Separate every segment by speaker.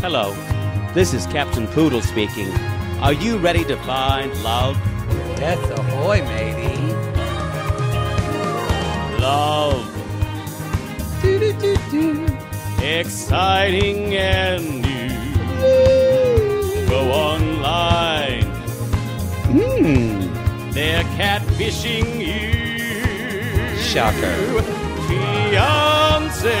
Speaker 1: Hello, this is Captain Poodle speaking. Are you ready to find love?
Speaker 2: Death ahoy, matey.
Speaker 1: Love. Exciting and new. Go online.
Speaker 2: Hmm.
Speaker 1: They're catfishing you.
Speaker 2: Shocker.
Speaker 1: Fiance.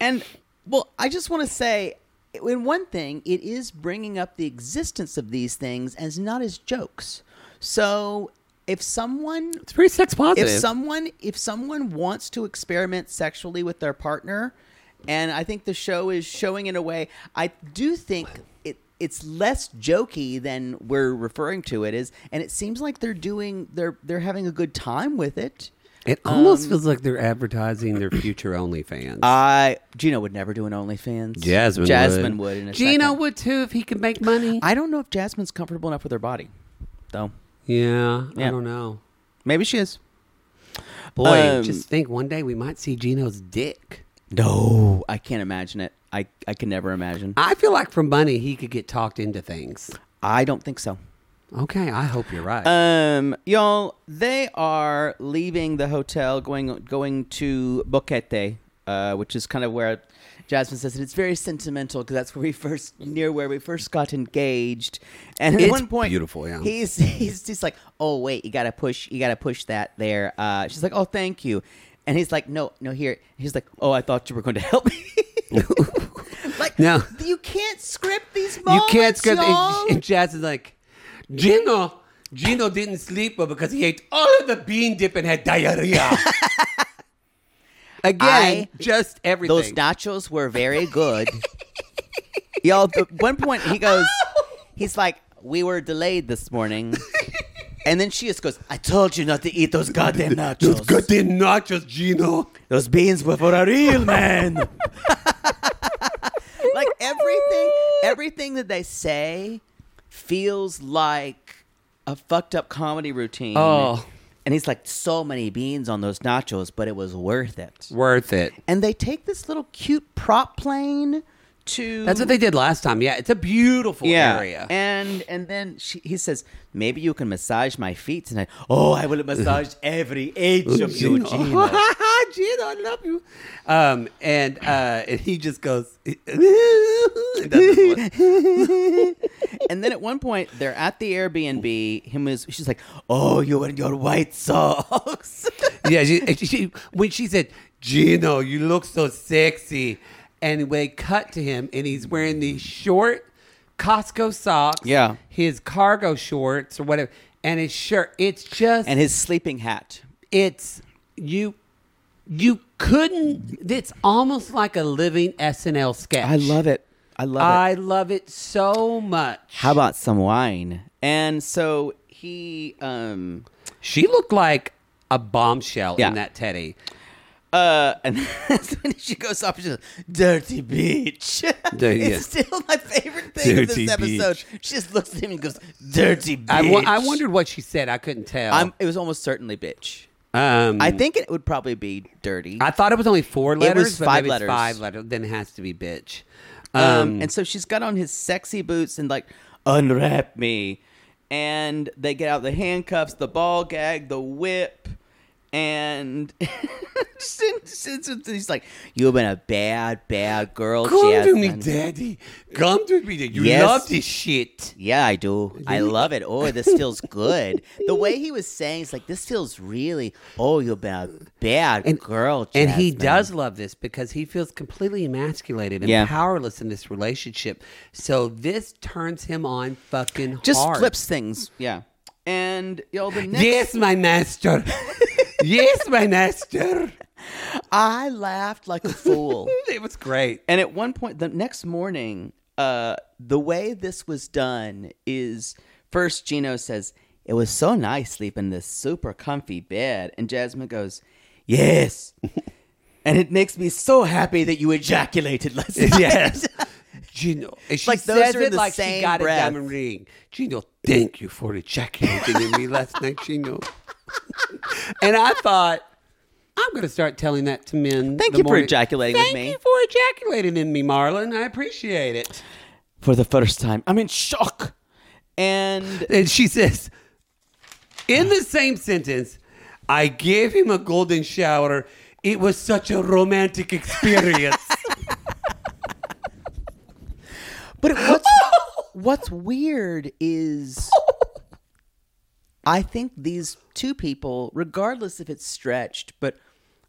Speaker 3: And well, I just want to say, in one thing, it is bringing up the existence of these things as not as jokes. So if someone,
Speaker 2: It's very sex positive.
Speaker 3: if someone, if someone wants to experiment sexually with their partner, and I think the show is showing in a way, I do think it it's less jokey than we're referring to it is, and it seems like they're doing they're they're having a good time with it.
Speaker 2: It almost
Speaker 3: um,
Speaker 2: feels like they're advertising their future OnlyFans.
Speaker 3: I Gino would never do an OnlyFans.
Speaker 4: Jasmine would.
Speaker 3: Jasmine would. in a
Speaker 2: Gino
Speaker 3: second.
Speaker 2: would too if he could make money.
Speaker 3: I don't know if Jasmine's comfortable enough with her body, though.
Speaker 2: yeah, I
Speaker 3: Yeah.
Speaker 2: don't know.
Speaker 3: Maybe she is.
Speaker 2: Boy,
Speaker 3: Um,
Speaker 2: just think one day we might see Gino's dick.
Speaker 3: No, I can't imagine it. I I can never imagine.
Speaker 2: I feel like for money he could get talked into things.
Speaker 3: I don't think so.
Speaker 2: Okay, I hope you're right.
Speaker 3: Um, y'all, they are leaving the hotel, going going to Boquete, uh, which is kind of where Jasmine says that it's very sentimental because that's where we first near where we first got engaged. And at
Speaker 2: It's
Speaker 3: one point,
Speaker 2: beautiful, yeah.
Speaker 3: He's he's just like, oh wait, you gotta push, you gotta push that there. Uh, she's like, oh thank you, and he's like, no, no, here. He's like, oh, I thought you were going to help me. like,
Speaker 2: No.
Speaker 3: you can't script these
Speaker 2: you
Speaker 3: moments.
Speaker 2: can't skip.
Speaker 3: y'all.
Speaker 2: And, and Jazz is like, Gino, Gino didn't sleep well because he ate all of the bean dip and had diarrhea. Again,
Speaker 3: I-
Speaker 2: just everything.
Speaker 3: Those nachos were very good. Y'all, at one point he goes, he's like, we were delayed this morning. And then she just goes, I told you not to eat those goddamn nachos.
Speaker 4: Those goddamn nachos, Gino.
Speaker 3: Those beans were for real, man. like everything, everything that they say feels like a fucked up comedy routine.
Speaker 2: Oh.
Speaker 3: And he's like, so many beans on those nachos, but it was worth it.
Speaker 2: worth it.
Speaker 3: and they take this little cute prop plane to
Speaker 2: That's what they did last time. Yeah, it's a beautiful
Speaker 3: yeah
Speaker 2: area.
Speaker 3: and and then she, he says maybe you can massage my feet tonight oh i will massage every inch of you
Speaker 2: Gino,
Speaker 3: Gina.
Speaker 2: I love you. Um, and uh, and he just goes. and does this one.
Speaker 3: and then at one point they're at the airbnb him is she's like oh you and your white socks
Speaker 2: yeah, she, and she- she- when she said, "Gino, you look so sexy," and they cut to him, and he's wearing these short Costco socks.
Speaker 3: Yeah.
Speaker 2: his cargo shorts or whatever, and his shirt. It's just
Speaker 3: and his sleeping hat
Speaker 2: it's you. You couldn't. It's almost like a living SNL sketch.
Speaker 3: i love it i love it
Speaker 2: I love it so much.
Speaker 3: how about some wine and so he um
Speaker 2: She looked like a bombshell
Speaker 3: Yeah.
Speaker 2: in that teddy.
Speaker 3: Uh, and that's when she goes off and she goes, Dirty Beach.
Speaker 2: Dirty,
Speaker 3: it's still my favorite thing of
Speaker 4: Dirty
Speaker 3: this episode. She just looks at him and goes, Dirty Beach.
Speaker 2: I, w- I wondered what she said. I couldn't tell.
Speaker 3: I'm, it was almost certainly bitch.
Speaker 2: um,
Speaker 3: I think it would probably be dirty.
Speaker 2: I thought it was only four letters.
Speaker 3: was
Speaker 2: but
Speaker 3: five
Speaker 2: maybe it's
Speaker 3: letters.
Speaker 2: Five letters. Then it has to be bitch.
Speaker 3: um, and so she's got on his sexy boots and like, unwrap me. And they get out the handcuffs, the ball gag, the whip. And he's like, You've been a bad, bad girl,
Speaker 2: Come to me,
Speaker 3: Jasmine."
Speaker 2: daddy. Come to me. You
Speaker 3: Yes.
Speaker 2: love this shit.
Speaker 3: Yeah, I do. I love it. Oh, this feels good. The way he was saying, it's like, this feels really, oh, you're a bad girl.
Speaker 2: And he
Speaker 3: Jasmine."
Speaker 2: does love this because he feels completely emasculated and
Speaker 3: Yeah.
Speaker 2: powerless in this relationship. So this turns him on fucking
Speaker 3: Just
Speaker 2: hard.
Speaker 3: flips things. Yeah. And, you know, the next.
Speaker 2: Yes, my master. yes, my master.
Speaker 3: I laughed like a fool.
Speaker 2: It was great.
Speaker 3: and at one point, the next morning, uh, the way this was done is first, Gino says, It was so nice sleeping in this super comfy bed. And Jasmine goes, Yes. and it makes me so happy that you ejaculated last night.
Speaker 2: Yes. Gino, and she
Speaker 3: Like, those
Speaker 2: says
Speaker 3: are in
Speaker 2: it
Speaker 3: the
Speaker 2: like she
Speaker 3: same
Speaker 2: got a
Speaker 3: breath.
Speaker 2: diamond ring. Gino, thank you for ejaculating in me last night, Gino. and I thought, I'm going to start telling that to men.
Speaker 3: Thank
Speaker 2: the
Speaker 3: you for
Speaker 2: morning.
Speaker 3: ejaculating with
Speaker 2: Thank
Speaker 3: me."
Speaker 2: you for ejaculating in me, Marlon. I appreciate it.
Speaker 3: for the first time. I'm in shock. And
Speaker 2: And she says, in the same sentence, I gave him a golden shower. It was such a romantic experience.
Speaker 3: but what's what's weird is I think these two people, regardless if it's stretched, but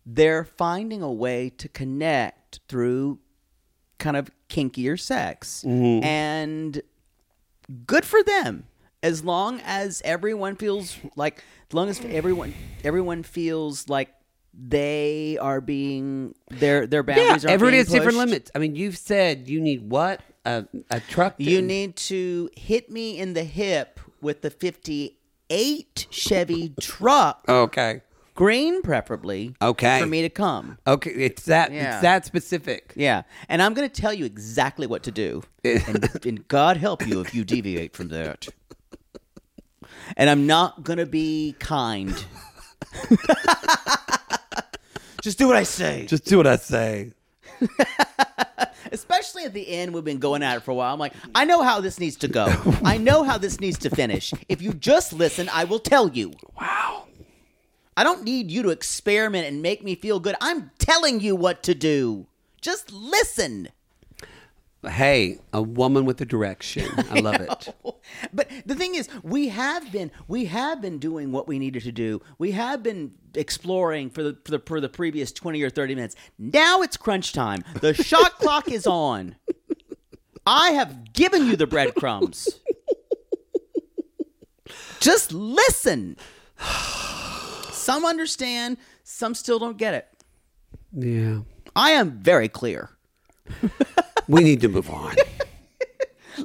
Speaker 3: they're finding a way to connect through kind of kinkier sex.
Speaker 2: Mm-hmm.
Speaker 3: And good for them. As long as everyone feels like as long as everyone everyone feels like they are being their their boundaries are
Speaker 2: everyone
Speaker 3: being
Speaker 2: has different
Speaker 3: pushed.
Speaker 2: limits. I mean, you've said you need what? a, a truck.
Speaker 3: You
Speaker 2: did.
Speaker 3: need to hit me in the hip with the 58 Chevy truck,
Speaker 2: Okay.
Speaker 3: green preferably,
Speaker 2: Okay.
Speaker 3: for me to come.
Speaker 2: Okay. It's that.
Speaker 3: Yeah.
Speaker 2: It's that specific.
Speaker 3: Yeah. And I'm going to tell you exactly what to do. and, and God help you if you deviate from that. And I'm not going to be kind. Just do what I say.
Speaker 2: Just do what I say.
Speaker 3: Especially at the end, we've been going at it for a while. I'm like, I know how this needs to go. I know how this needs to finish. If you just listen, I will tell you. Wow. I don't need you to experiment and make me feel good. I'm telling you what to do. Just listen.
Speaker 2: Hey, a woman with a direction. I love it.
Speaker 3: But the thing is, we have been we have been doing what we needed to do. We have been exploring for the for the, for the previous twenty or thirty minutes. Now it's crunch time. The shot clock is on. I have given you the breadcrumbs. Just listen. Some understand, some still don't get it.
Speaker 2: Yeah.
Speaker 3: I am very clear.
Speaker 2: We need to move on.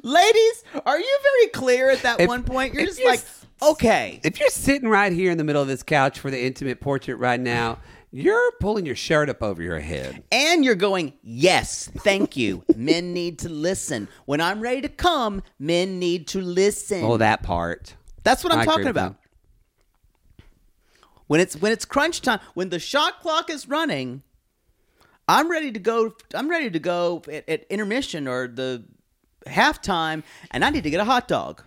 Speaker 3: Ladies, are you very clear at that
Speaker 2: If-
Speaker 3: one point? You're
Speaker 2: if
Speaker 3: just
Speaker 2: you're
Speaker 3: like, okay.
Speaker 2: if you're sitting right here in the middle of this couch for the intimate portrait right now, you're pulling your shirt up over your head.
Speaker 3: And you're going, yes, thank you. men need to listen. When I'm ready to come, men need to listen.
Speaker 2: Oh, that part.
Speaker 3: That's what I'm
Speaker 2: I agree
Speaker 3: talking
Speaker 2: with
Speaker 3: about. When it's when it's crunch time, when the shot clock is running, I'm ready to go. I'm ready to go at, at intermission or the halftime, and I need to get a hot dog.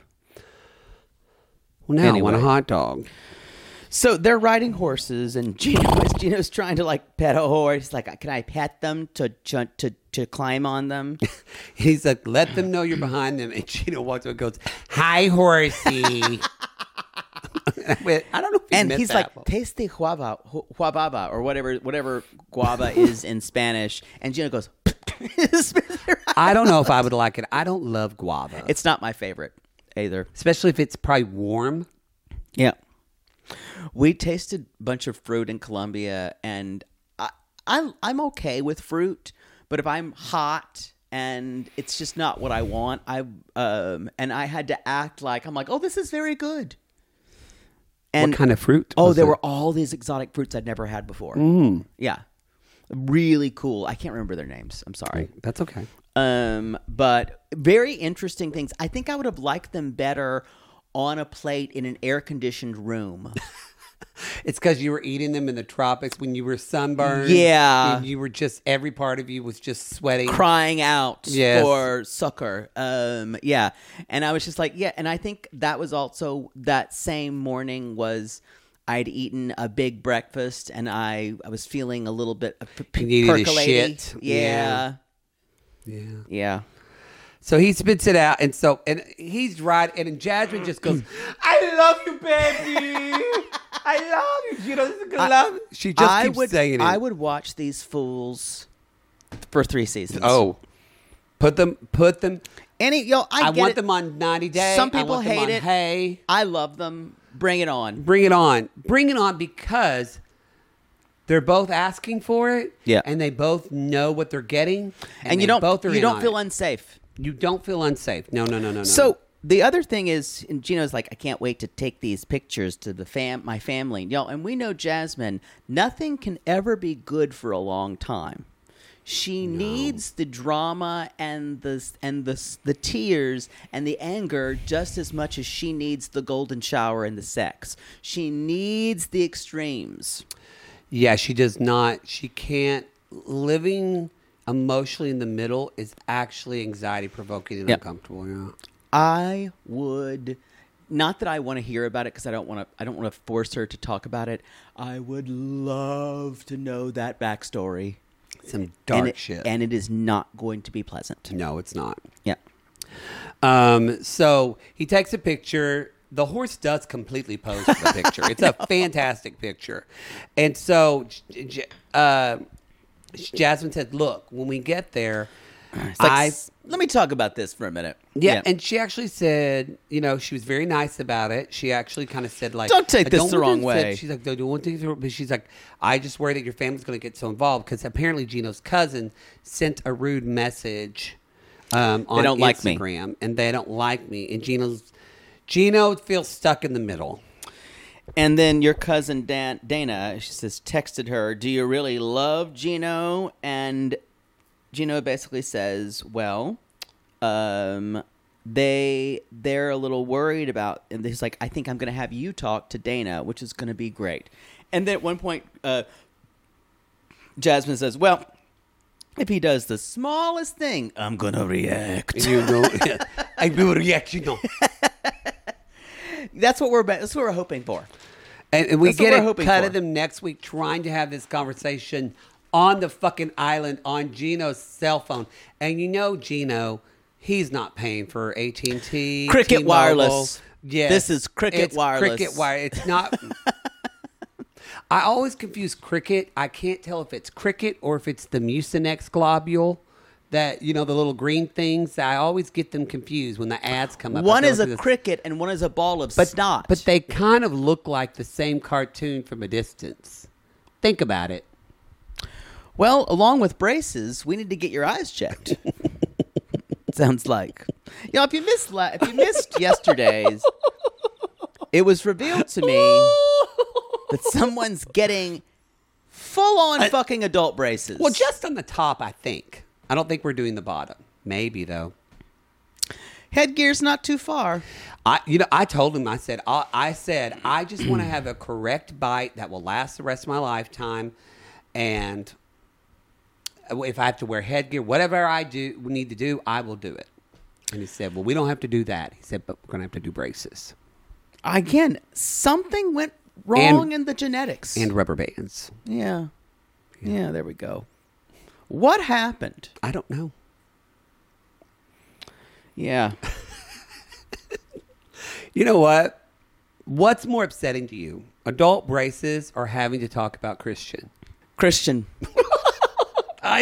Speaker 2: Well, now I want a
Speaker 3: Anyway.
Speaker 2: hot dog.
Speaker 3: So they're riding horses, and Gino is Gino's trying to like pet a horse. He's Like, can I pet them to to to, to climb on them?
Speaker 2: He's like, let them know you're behind them. And Gino walks up and goes, Hi, horsey. and I, went, I don't know if he
Speaker 3: and
Speaker 2: meant
Speaker 3: he's
Speaker 2: that.
Speaker 3: like taste the guava hu- guababa or whatever whatever guava is in spanish and gina goes
Speaker 2: I don't know if I would like it. I don't love guava.
Speaker 3: it's not my favorite either
Speaker 2: Especially if it's probably warm.
Speaker 3: yeah we tasted a bunch of fruit in colombia and I, I i'm okay with fruit but if i'm hot and it's just not what i want i um and i had to act like i'm like oh this is very good and
Speaker 2: what kind of fruit?
Speaker 3: Oh,
Speaker 2: was
Speaker 3: there
Speaker 2: it?
Speaker 3: were all these exotic fruits I'd never had before. Mm. Yeah. Really cool. I can't remember their names. I'm sorry.
Speaker 2: That's okay.
Speaker 3: Um, but very interesting things. I think I would have liked them better on a plate in an air conditioned room.
Speaker 2: It's because you were eating them in the tropics when you were sunburned.
Speaker 3: Yeah.
Speaker 2: And you were just, every part of you was just sweating.
Speaker 3: crying out
Speaker 2: Yes.
Speaker 3: for succor. Um, yeah, and I was just like, yeah. And I think that was also that same morning was I'd eaten a big breakfast and I I was feeling a little bit of per- per-
Speaker 2: You needed a
Speaker 3: percolating.
Speaker 2: shit.
Speaker 3: Yeah.
Speaker 2: Yeah.
Speaker 3: yeah,
Speaker 2: So he spits it out. And so, and he's right. And Jasmine just goes, I love you, baby. I love you. You know, this is good love. She just
Speaker 3: I
Speaker 2: keeps
Speaker 3: would
Speaker 2: saying it.
Speaker 3: I would watch these fools for three seasons.
Speaker 2: Oh, put them, put them.
Speaker 3: any yo, I,
Speaker 2: I,
Speaker 3: get
Speaker 2: want
Speaker 3: it.
Speaker 2: them on 90 Day.
Speaker 3: Some
Speaker 2: I
Speaker 3: people
Speaker 2: want them
Speaker 3: hate
Speaker 2: on
Speaker 3: it.
Speaker 2: Hey,
Speaker 3: I love them. Bring it on.
Speaker 2: bring it on, bring it on, because they're both asking for it.
Speaker 3: Yeah.
Speaker 2: and they both know what they're getting, and,
Speaker 3: And,
Speaker 2: they
Speaker 3: you don't
Speaker 2: both are
Speaker 3: you
Speaker 2: in
Speaker 3: don't
Speaker 2: on
Speaker 3: feel
Speaker 2: it.
Speaker 3: unsafe.
Speaker 2: you don't feel unsafe. No, no, no, no, no.
Speaker 3: So the other thing is, and Gino's like, I can't wait to take these pictures to the fam, my family, y'all. And we know Jasmine, nothing can ever be good for a long time. She needs the drama and the and the the tears and the anger just as much as she needs the golden shower and the sex. She needs the extremes.
Speaker 2: yeah, she does not. She can't living. Emotionally in the middle is actually anxiety provoking and
Speaker 3: Yeah.
Speaker 2: uncomfortable. Yeah.
Speaker 3: I would not that I want to hear about it because I don't want to. I don't want to force her to talk about it. I would love to know that backstory.
Speaker 2: Some dark
Speaker 3: and it,
Speaker 2: shit.
Speaker 3: and it is not going to be pleasant.
Speaker 2: no, it's not.
Speaker 3: Yeah,
Speaker 2: Um, so he takes a picture. The horse does completely pose for the picture. It's a fantastic picture. And so J- J- uh, Jasmine said, Look, when we get there,
Speaker 3: it's like,
Speaker 2: I.
Speaker 3: s- let me talk about this for a minute.
Speaker 2: yeah, and she actually said, you know, she was very nice about it. She actually kind of said, like,
Speaker 3: Don't take
Speaker 2: I
Speaker 3: this the
Speaker 2: want
Speaker 3: wrong
Speaker 2: to- said-
Speaker 3: way.
Speaker 2: She's like, don't don't take this the wrong-" but she's like, I just worry that your family's going to get so involved because apparently Gino's cousin sent a rude message um, on
Speaker 3: don't like me.
Speaker 2: Instagram, and they don't like me. And Gino's Gino feels stuck in the middle.
Speaker 3: And then your cousin Dan- Dana, she says, texted her, Do you really love Gino? And Gino basically says, Well, um, they they're a little worried about and he's like i think i'm gonna have you talk to dana which is gonna be great and then at one point uh, jasmine says well if he does the smallest thing i'm gonna react
Speaker 2: You know, I will react. You know.
Speaker 3: that's what we're about that's what we're hoping for
Speaker 2: And, and we
Speaker 3: That's what
Speaker 2: get
Speaker 3: we're
Speaker 2: a
Speaker 3: hoping
Speaker 2: cut
Speaker 3: for.
Speaker 2: of them next week trying to have this conversation on the fucking island on Gino's cell phone. And you know, Gino, he's not paying for AT and T,
Speaker 3: Cricket wireless. This is cricket
Speaker 2: it's Cricket
Speaker 3: wireless.
Speaker 2: wire. It's not. I always confuse cricket. I can't tell if it's cricket or if it's the mucinex globule. That you know the little green things. I always get them confused when the ads come up. I
Speaker 3: one
Speaker 2: go
Speaker 3: is
Speaker 2: through
Speaker 3: a
Speaker 2: this-
Speaker 3: cricket and one is a ball of
Speaker 2: but
Speaker 3: snot
Speaker 2: But they kind of look like the same cartoon from a distance. Think about it.
Speaker 3: Well, along with braces, we need to get your eyes checked. Sounds like. You know, if you missed la- if you missed yesterday's, it was revealed to me that someone's getting full on fucking adult braces.
Speaker 2: Well, just on the top, I think. I don't think we're doing the bottom. Maybe though.
Speaker 3: headgear's not too far.
Speaker 2: I, you know, I told him. I said, I, I said, I just want to have a correct bite that will last the rest of my lifetime, and if I have to wear headgear, whatever I do need to do, I will do it. And he said, Well, we don't have to do that. He said, But we're going to have to do braces
Speaker 3: Again, something went wrong
Speaker 2: And-
Speaker 3: in the genetics.
Speaker 2: and rubber bands.
Speaker 3: yeah. Yeah, there we go. What happened?
Speaker 2: I don't know.
Speaker 3: Yeah.
Speaker 2: You know what? What's more upsetting to you, adult braces or having to talk about Christian?
Speaker 3: Christian.
Speaker 2: I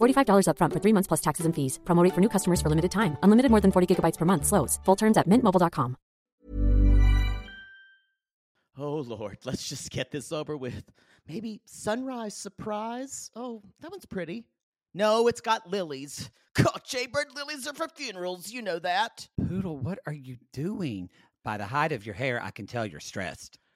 Speaker 5: $45 upfront for three months plus taxes and fees. Promo rate for new customers for limited time. Unlimited more than 40 gigabytes per month. Slows. Full terms at mintmobile.com.
Speaker 3: Oh Lord, let's just get this over with. Maybe sunrise surprise. Oh, that one's pretty. No, it's got lilies. God, Jaybird lilies are for funerals. You know that.
Speaker 2: Poodle, what are you doing? By the height of your hair, I can tell you're stressed.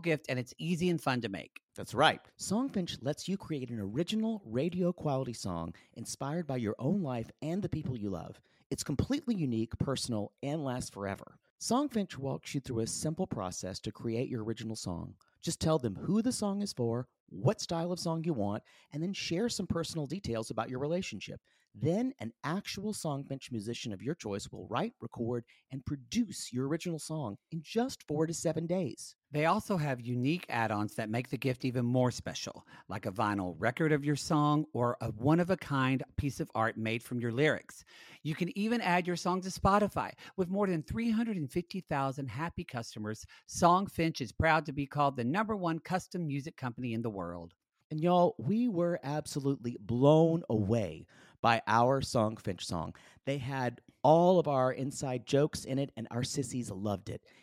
Speaker 2: gift and it's easy and fun to make.
Speaker 3: That's right. Songfinch lets you create an original radio quality song inspired by your own life and the people you love. It's completely unique, personal, and lasts forever. Songfinch walks you through a simple process to create your original song. Just tell them who the song is for, what style of song you want, and then share some personal details about your relationship. Then an actual Songfinch musician of your choice will write, record, and produce your original song in just four to seven days.
Speaker 2: They also have unique add ons that make the gift even more special, like a vinyl record of your song or a one of a kind piece of art made from your lyrics. You can even add your song to Spotify. With more than 350,000 happy customers, Songfinch is proud to be called the number one custom music company in the world.
Speaker 3: And y'all, we were absolutely blown away by our Songfinch song. They had
Speaker 6: all of our inside jokes in it, and our sissies loved it.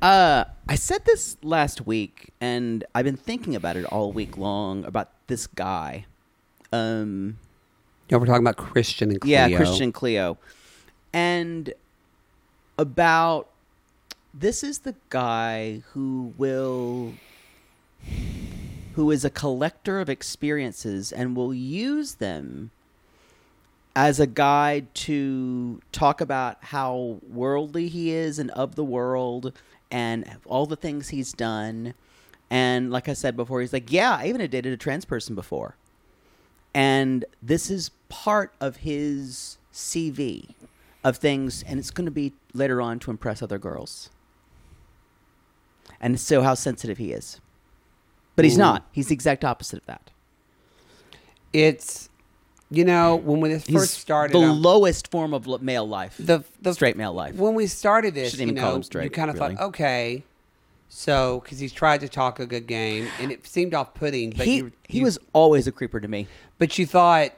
Speaker 7: Uh, I said this last week, and I've been thinking about it all week long about this guy. Um,
Speaker 2: Yeah, we're talking about Christian and Cleo.
Speaker 7: yeah, Christian Cleo, and about this is the guy who will, who is a collector of experiences and will use them as a guide to talk about how worldly he is and of the world and all the things he's done. And like I said before, he's like, Yeah, I even had dated a trans person before. And this is part of his CV of things, and it's going to be later on to impress other girls. And so, how sensitive he is. But he's
Speaker 2: Ooh.
Speaker 7: not. He's the exact opposite of that.
Speaker 2: It's, you know, when we
Speaker 7: He's
Speaker 2: first started,
Speaker 7: the
Speaker 2: I-
Speaker 7: lowest form of lo- male life,
Speaker 2: the, the
Speaker 7: straight male life.
Speaker 2: When we started this,
Speaker 7: Shouldn't even
Speaker 2: you
Speaker 7: call
Speaker 2: know,
Speaker 7: him straight,
Speaker 2: you kind of
Speaker 7: really.
Speaker 2: thought, okay, so because he's tried to talk a good game, and it seemed off-putting. But
Speaker 7: He-
Speaker 2: you,
Speaker 7: he was always a creeper to me.
Speaker 2: But you thought,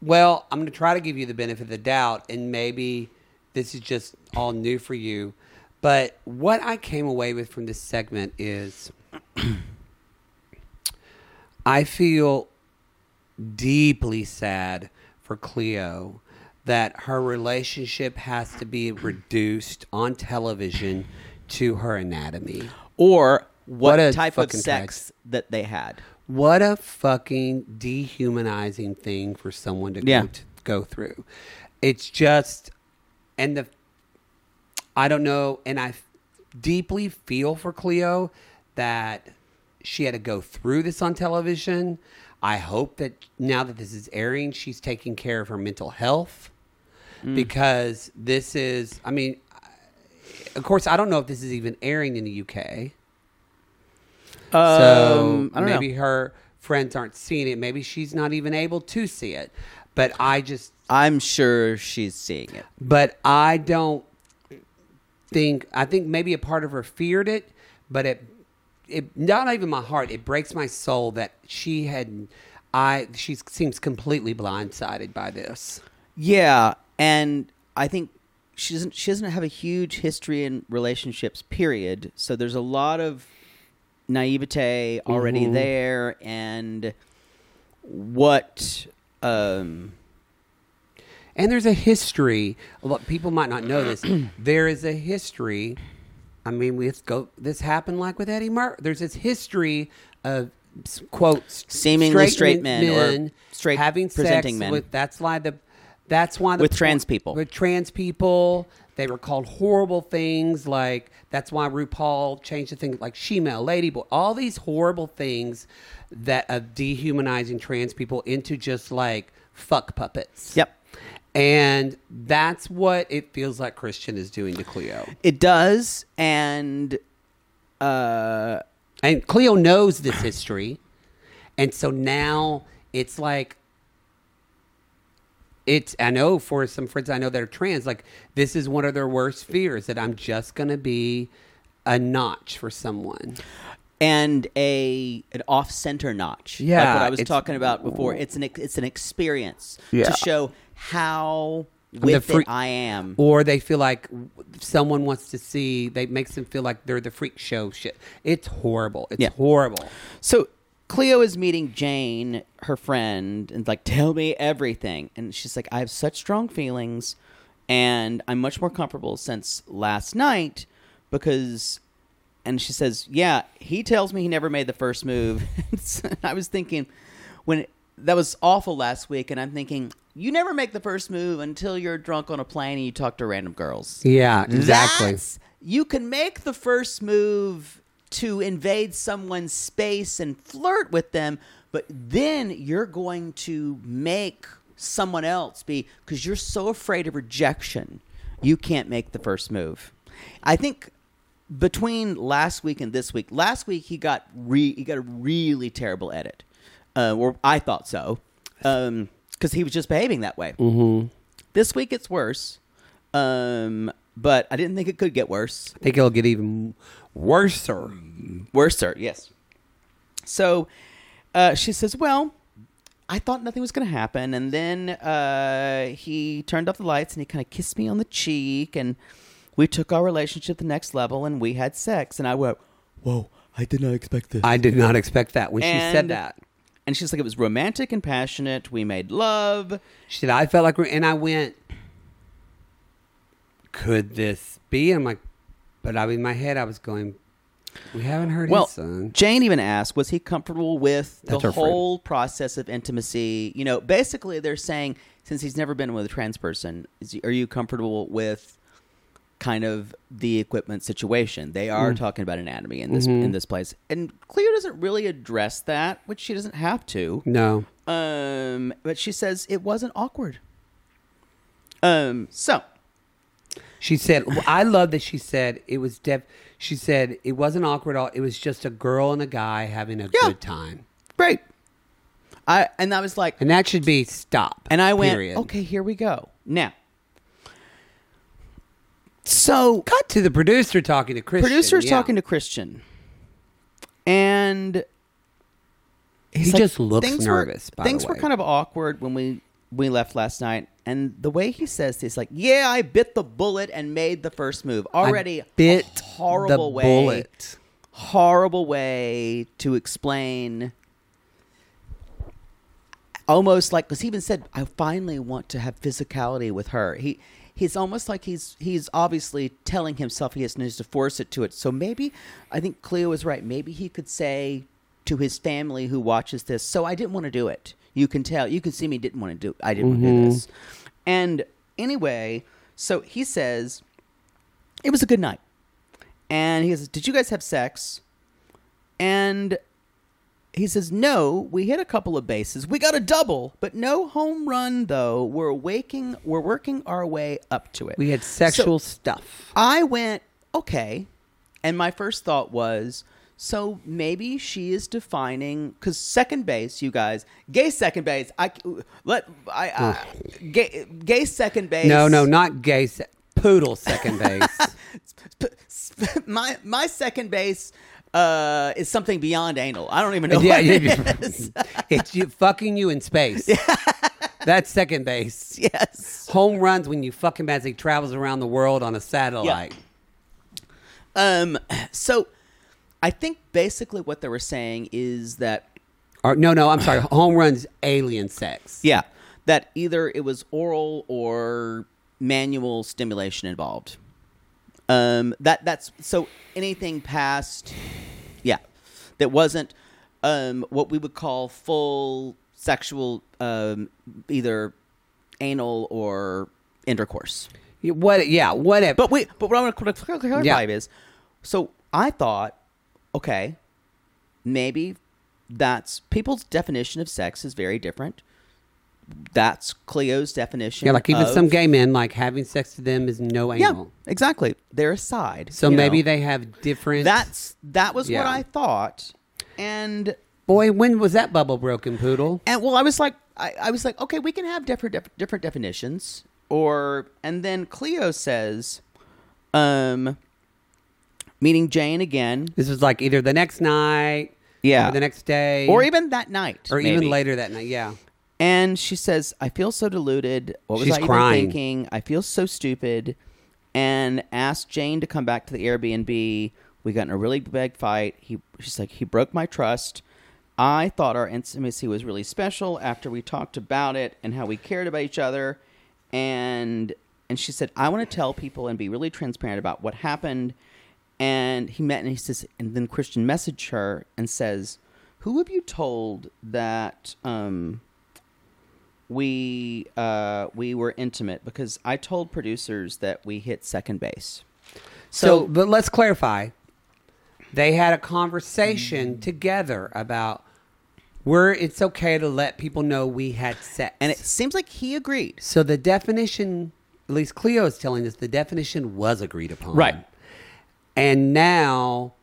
Speaker 2: well, I'm going to try to give you the benefit of the doubt, and maybe this is just all new for you. But what I came away with from this segment is, I feel deeply sad for Cleo that her relationship has to be reduced on television to her anatomy
Speaker 7: or what,
Speaker 2: a
Speaker 7: type of
Speaker 2: fucking
Speaker 7: sex that they had.
Speaker 2: What a fucking dehumanizing thing for someone to,
Speaker 7: Yeah.
Speaker 2: go, to go through. It's just, and the, I don't know, and I deeply feel for Cleo that she had to go through this on television. I hope that now that this is airing, she's taking care of her mental health
Speaker 7: Mm.
Speaker 2: because this is, I mean, of course, I don't know if this is even airing in the UK.
Speaker 7: Um,
Speaker 2: so
Speaker 7: I don't know.
Speaker 2: maybe her friends aren't seeing it. Maybe she's not even able to see it. But I just,
Speaker 7: I'm sure she's seeing it.
Speaker 2: but I don't think. I think maybe a part of her feared it, but it, it not even my heart. It breaks my soul that she had. I she seems completely blindsided by this.
Speaker 7: Yeah, and I think she doesn't she doesn't have a huge history in relationships period. So there's a lot of naivete already
Speaker 2: Mm-hmm.
Speaker 8: Mhm.
Speaker 7: there and what um
Speaker 2: And there's a history. A lot people might not know this. there is a history. I mean, we go. This happened like with Eddie Murphy. There's this history of s- quotes
Speaker 7: Seemingly straight men or straight
Speaker 2: having sex
Speaker 7: presenting men.
Speaker 2: with. That's why the. That's why the
Speaker 7: With trans people.
Speaker 2: with trans people. They were called horrible things. Like that's why RuPaul changed the thing, like shemale, ladyboy, all these horrible things that of dehumanizing trans people into just like fuck puppets.
Speaker 7: Yep.
Speaker 2: And that's what it feels like Christian is doing to Cleo.
Speaker 7: It does, and uh
Speaker 2: and Cleo knows this history. And so now it's like it's I know for some friends I know that are trans, like this is one of their worst fears that I'm just gonna be a notch for someone.
Speaker 7: and a an off center notch.
Speaker 2: Yeah,
Speaker 7: like what I was
Speaker 2: it's-
Speaker 7: talking about before. It's an ex- it's an experience
Speaker 2: Yeah.
Speaker 7: to show how
Speaker 2: I'm the
Speaker 7: with
Speaker 2: freak-
Speaker 7: it I am.
Speaker 2: Or they feel like someone wants to see they makes them feel like they're the freak show shit. It's horrible. It's
Speaker 7: Yeah.
Speaker 2: horrible.
Speaker 7: So Cleo is meeting Jane, her friend, and like, tell me everything. And she's like, I have such strong feelings, and I'm much more comfortable since last night because. And she says, Yeah, he tells me he never made the first move. And I was thinking, when that was awful last week, and I'm thinking, You never make the first move until you're drunk on a plane and you talk to random girls.
Speaker 2: Yeah, exactly.
Speaker 7: That's- you can make the first move to invade someone's space and flirt with them, but then you're going to make someone else be because you're so afraid of rejection, you can't make the first move. I think between last week and this week, last week he got re- he got a really terrible edit, uh, or I thought so, because he was just behaving that way.
Speaker 2: Mm-hmm.
Speaker 7: This week it's worse, um, but I didn't think it could get worse.
Speaker 2: I think it'll get even worser.
Speaker 7: Worser, yes. So uh, she says, Well, I thought nothing was going to happen. And then uh, he turned off the lights and he kind of kissed me on the cheek. And we took our relationship to the next level and we had sex. And I went, Whoa, I did not expect this.
Speaker 2: I did not expect that when she said
Speaker 7: And-
Speaker 2: that.
Speaker 7: And she's like, It was romantic and passionate. We made love.
Speaker 2: She said, I felt like, we're, and I went, could this be? I'm like, but I, in my head, I was going, we haven't heard
Speaker 7: Well,
Speaker 2: his song.
Speaker 7: Jane even asked, was he comfortable with the
Speaker 2: That's her friend.
Speaker 7: whole process of intimacy? You know, basically they're saying since he's never been with a trans person, is he, are you comfortable with kind of the equipment situation? They are
Speaker 8: Mm.
Speaker 7: talking about anatomy in this
Speaker 2: Mm-hmm.
Speaker 8: Mhm.
Speaker 7: in this place, and Cleo doesn't really address that, which she doesn't have to.
Speaker 2: No.
Speaker 7: Um, but she says it wasn't awkward. Um, so
Speaker 2: She said, well, I love that she said it was def. She said it wasn't awkward at all. It was just a girl and a guy having a good time.
Speaker 7: Great. I and I was like,
Speaker 2: and that should be stop.
Speaker 7: And I went,
Speaker 2: period.
Speaker 7: okay, here we go. Now,
Speaker 2: So cut to the producer talking to Christian.
Speaker 7: producer's
Speaker 2: yeah.
Speaker 7: talking to Christian, and
Speaker 2: He just looks
Speaker 7: things
Speaker 2: nervous.
Speaker 7: Were,
Speaker 2: by
Speaker 7: things
Speaker 2: the
Speaker 7: were
Speaker 2: way.
Speaker 7: kind of awkward when we we left last night, and the way he says this, like, yeah, I bit the bullet and made the first move. Already, a
Speaker 2: bit the
Speaker 7: horrible way,
Speaker 2: bullet.
Speaker 7: horrible way to explain. Almost like because he even said, "I finally want to have physicality with her." He. He's almost like he's he's obviously telling himself he has needs to force it to it. So maybe I think Cleo is right. Maybe he could say to his family who watches this, "So I didn't want to do it." You can tell. You can see me didn't want to do. I didn't want to do
Speaker 8: Mhm.
Speaker 7: this. And anyway, so he says, it was a good night. And he says, Did you guys have sex? And he says, No, we hit a couple of bases. We got a double, but no home run though. We're waking we're working our way up to it.
Speaker 2: We had sexual
Speaker 7: So
Speaker 2: stuff.
Speaker 7: I went, okay. And my first thought was, so maybe she is defining because second base, you guys, gay second base. I let I, I gay gay second base.
Speaker 2: No, no, not gay. Se- poodle second base.
Speaker 7: my my second base uh, is something beyond anal. I don't even know.
Speaker 2: yeah,
Speaker 7: what
Speaker 2: you-
Speaker 7: it is.
Speaker 2: it's you fucking you in space. That's second base.
Speaker 7: Yes.
Speaker 2: Home runs when you fucking as he travels around the world on a satellite.
Speaker 7: Um, so I think basically what they were saying is that
Speaker 2: Or no, no, I'm sorry. Home runs alien sex.
Speaker 7: yeah, that either it was oral or manual stimulation involved. Um, that that's so anything past, yeah, that wasn't um what we would call full sexual um either anal or intercourse.
Speaker 2: What? Yeah. What if?
Speaker 7: But wait. But what I'm going to clarify is, so I thought, okay, maybe that's people's definition of sex is very different. That's Cleo's definition.
Speaker 2: Yeah, like even
Speaker 7: of-
Speaker 2: some gay men, like having sex to them is no anal.
Speaker 7: Yeah, exactly. They're aside.
Speaker 2: So
Speaker 7: you
Speaker 2: maybe
Speaker 7: know.
Speaker 2: they have different.
Speaker 7: That's that was what
Speaker 2: Yeah.
Speaker 7: I thought, and
Speaker 2: boy, when was that bubble broken, poodle?
Speaker 7: and well, I was like, I, I was like, okay, we can have different def- different definitions, or and then Cleo says, um, meaning Jane again.
Speaker 2: This was like either the next night,
Speaker 7: Yeah.
Speaker 2: or the next day,
Speaker 7: or even that night,
Speaker 2: or even
Speaker 7: maybe.
Speaker 2: later that night. Yeah,
Speaker 7: And she says, I feel so deluded. What was
Speaker 2: She's
Speaker 7: I even
Speaker 2: crying.
Speaker 7: thinking? I feel so stupid. And asked Jane to come back to the Airbnb. We got in a really big fight. He, she's like, he broke my trust. I thought our intimacy was really special after we talked about it and how we cared about each other. And and she said, I want to tell people and be really transparent about what happened. And he met and he says, and then Christian messaged her and says, Who have you told that um, we uh, we were intimate because I told producers that we hit second base.
Speaker 2: So,
Speaker 7: So,
Speaker 2: but let's clarify. They had a conversation together about where it's okay to let people know we had sex. And it
Speaker 7: seems like he agreed.
Speaker 2: So the definition, at least Cleo is telling us, the definition was agreed upon.
Speaker 7: Right.
Speaker 2: And now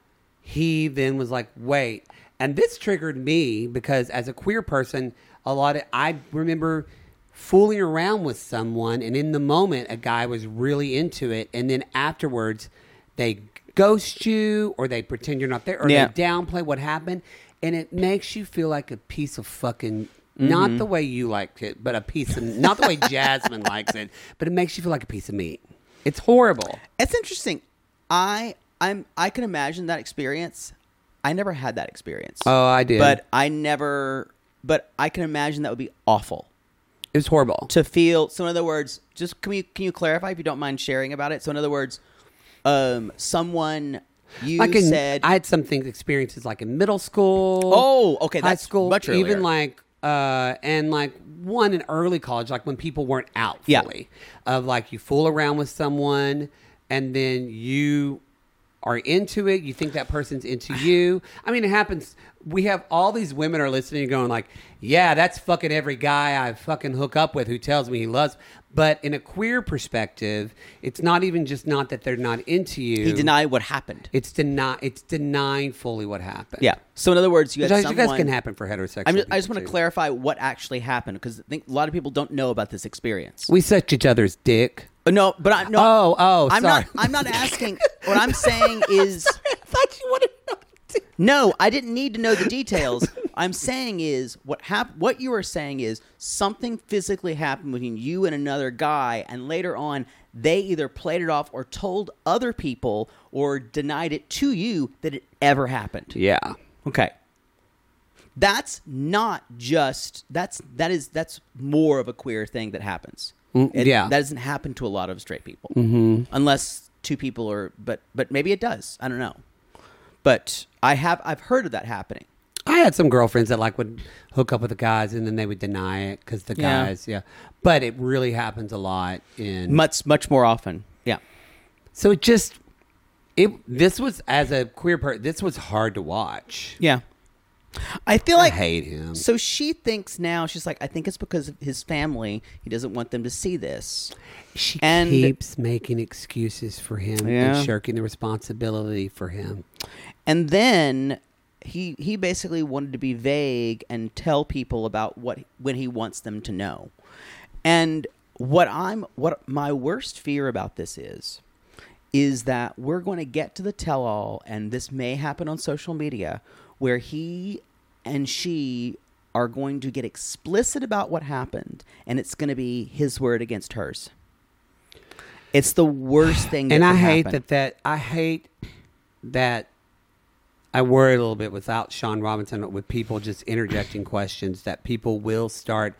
Speaker 2: he then was like, wait. And this triggered me because as a queer person, a lot of, I remember fooling around with someone and in the moment a guy was really into it and then afterwards they ghost you or they pretend you're not there or
Speaker 7: Yeah.
Speaker 2: they downplay what happened and it makes you feel like a piece of fucking not
Speaker 7: Mhm.
Speaker 2: the way you liked it but a piece of not the way jasmine likes it but it makes you feel like a piece of meat it's horrible
Speaker 7: it's interesting. I I'm I can imagine that experience. I never had that experience.
Speaker 2: Oh, I did.
Speaker 7: But I never. But I can imagine that would be awful.
Speaker 2: It was horrible
Speaker 7: to feel. So in other words, just can you can you clarify if you don't mind sharing about it? So in other words, um, someone you
Speaker 2: like in,
Speaker 7: said
Speaker 2: I had some things experiences like in middle school.
Speaker 7: Oh, okay,
Speaker 2: high
Speaker 7: that's
Speaker 2: school,
Speaker 7: much earlier.
Speaker 2: even like uh, and like one in early college, like when people weren't out
Speaker 7: Yeah.
Speaker 2: fully, of like you fool around with someone and then you are into it. You think that person's into you. I mean, it happens. We have all these women are listening, going like, "Yeah, that's fucking every guy I fucking hook up with who tells me he loves." But in a queer perspective, it's not even just not that they're not into you.
Speaker 7: He denied what happened.
Speaker 2: It's deny. It's denying fully what happened.
Speaker 7: Yeah. So in other words, you
Speaker 2: Which
Speaker 7: had
Speaker 2: I
Speaker 7: someone.
Speaker 2: guess can happen for heterosexual.
Speaker 7: I'm just, I just
Speaker 2: people,
Speaker 7: want to
Speaker 2: too.
Speaker 7: clarify what actually happened because I think a lot of people don't know about this experience.
Speaker 2: We sucked each other's dick.
Speaker 7: No, but I no.
Speaker 2: Oh, oh,
Speaker 7: I'm
Speaker 2: sorry.
Speaker 7: not. I'm not asking. what I'm saying is. I thought you wanted. No, I didn't need to know the details. I'm saying is what hap- What you are saying is something physically happened between you and another guy, and later on they either played it off or told other people or denied it to you that it ever happened.
Speaker 2: Yeah.
Speaker 7: Okay. That's not just that's that is that's more of a queer thing that happens.
Speaker 2: Mm, yeah.
Speaker 7: that doesn't happen to a lot of straight people,
Speaker 2: Mhm.
Speaker 7: unless two people are. But but maybe it does. I don't know. But I have I've heard of that happening.
Speaker 2: I had some girlfriends that like would hook up with the guys and then they would deny it because the
Speaker 7: Yeah.
Speaker 2: guys, yeah. But it really happens a lot in
Speaker 7: Much much more often. Yeah.
Speaker 2: So it just it this was as a queer person, this was hard to watch.
Speaker 7: Yeah. I feel like
Speaker 2: hate him.
Speaker 7: So she thinks now she's like I think it's because of his family. He doesn't want them to see this.
Speaker 2: She
Speaker 7: and
Speaker 2: keeps making excuses for him
Speaker 7: Yeah.
Speaker 2: and shirking the responsibility for him.
Speaker 7: And then he he basically wanted to be vague and tell people about what when he wants them to know. And what I'm what my worst fear about this is is that we're going to get to the tell all and this may happen on social media where he and she are going to get explicit about what happened and it's going to be his word against hers. It's the worst thing that
Speaker 2: and I
Speaker 7: could
Speaker 2: hate
Speaker 7: happen.
Speaker 2: that that I hate that I worry a little bit without Sean Robinson with people just interjecting questions that people will start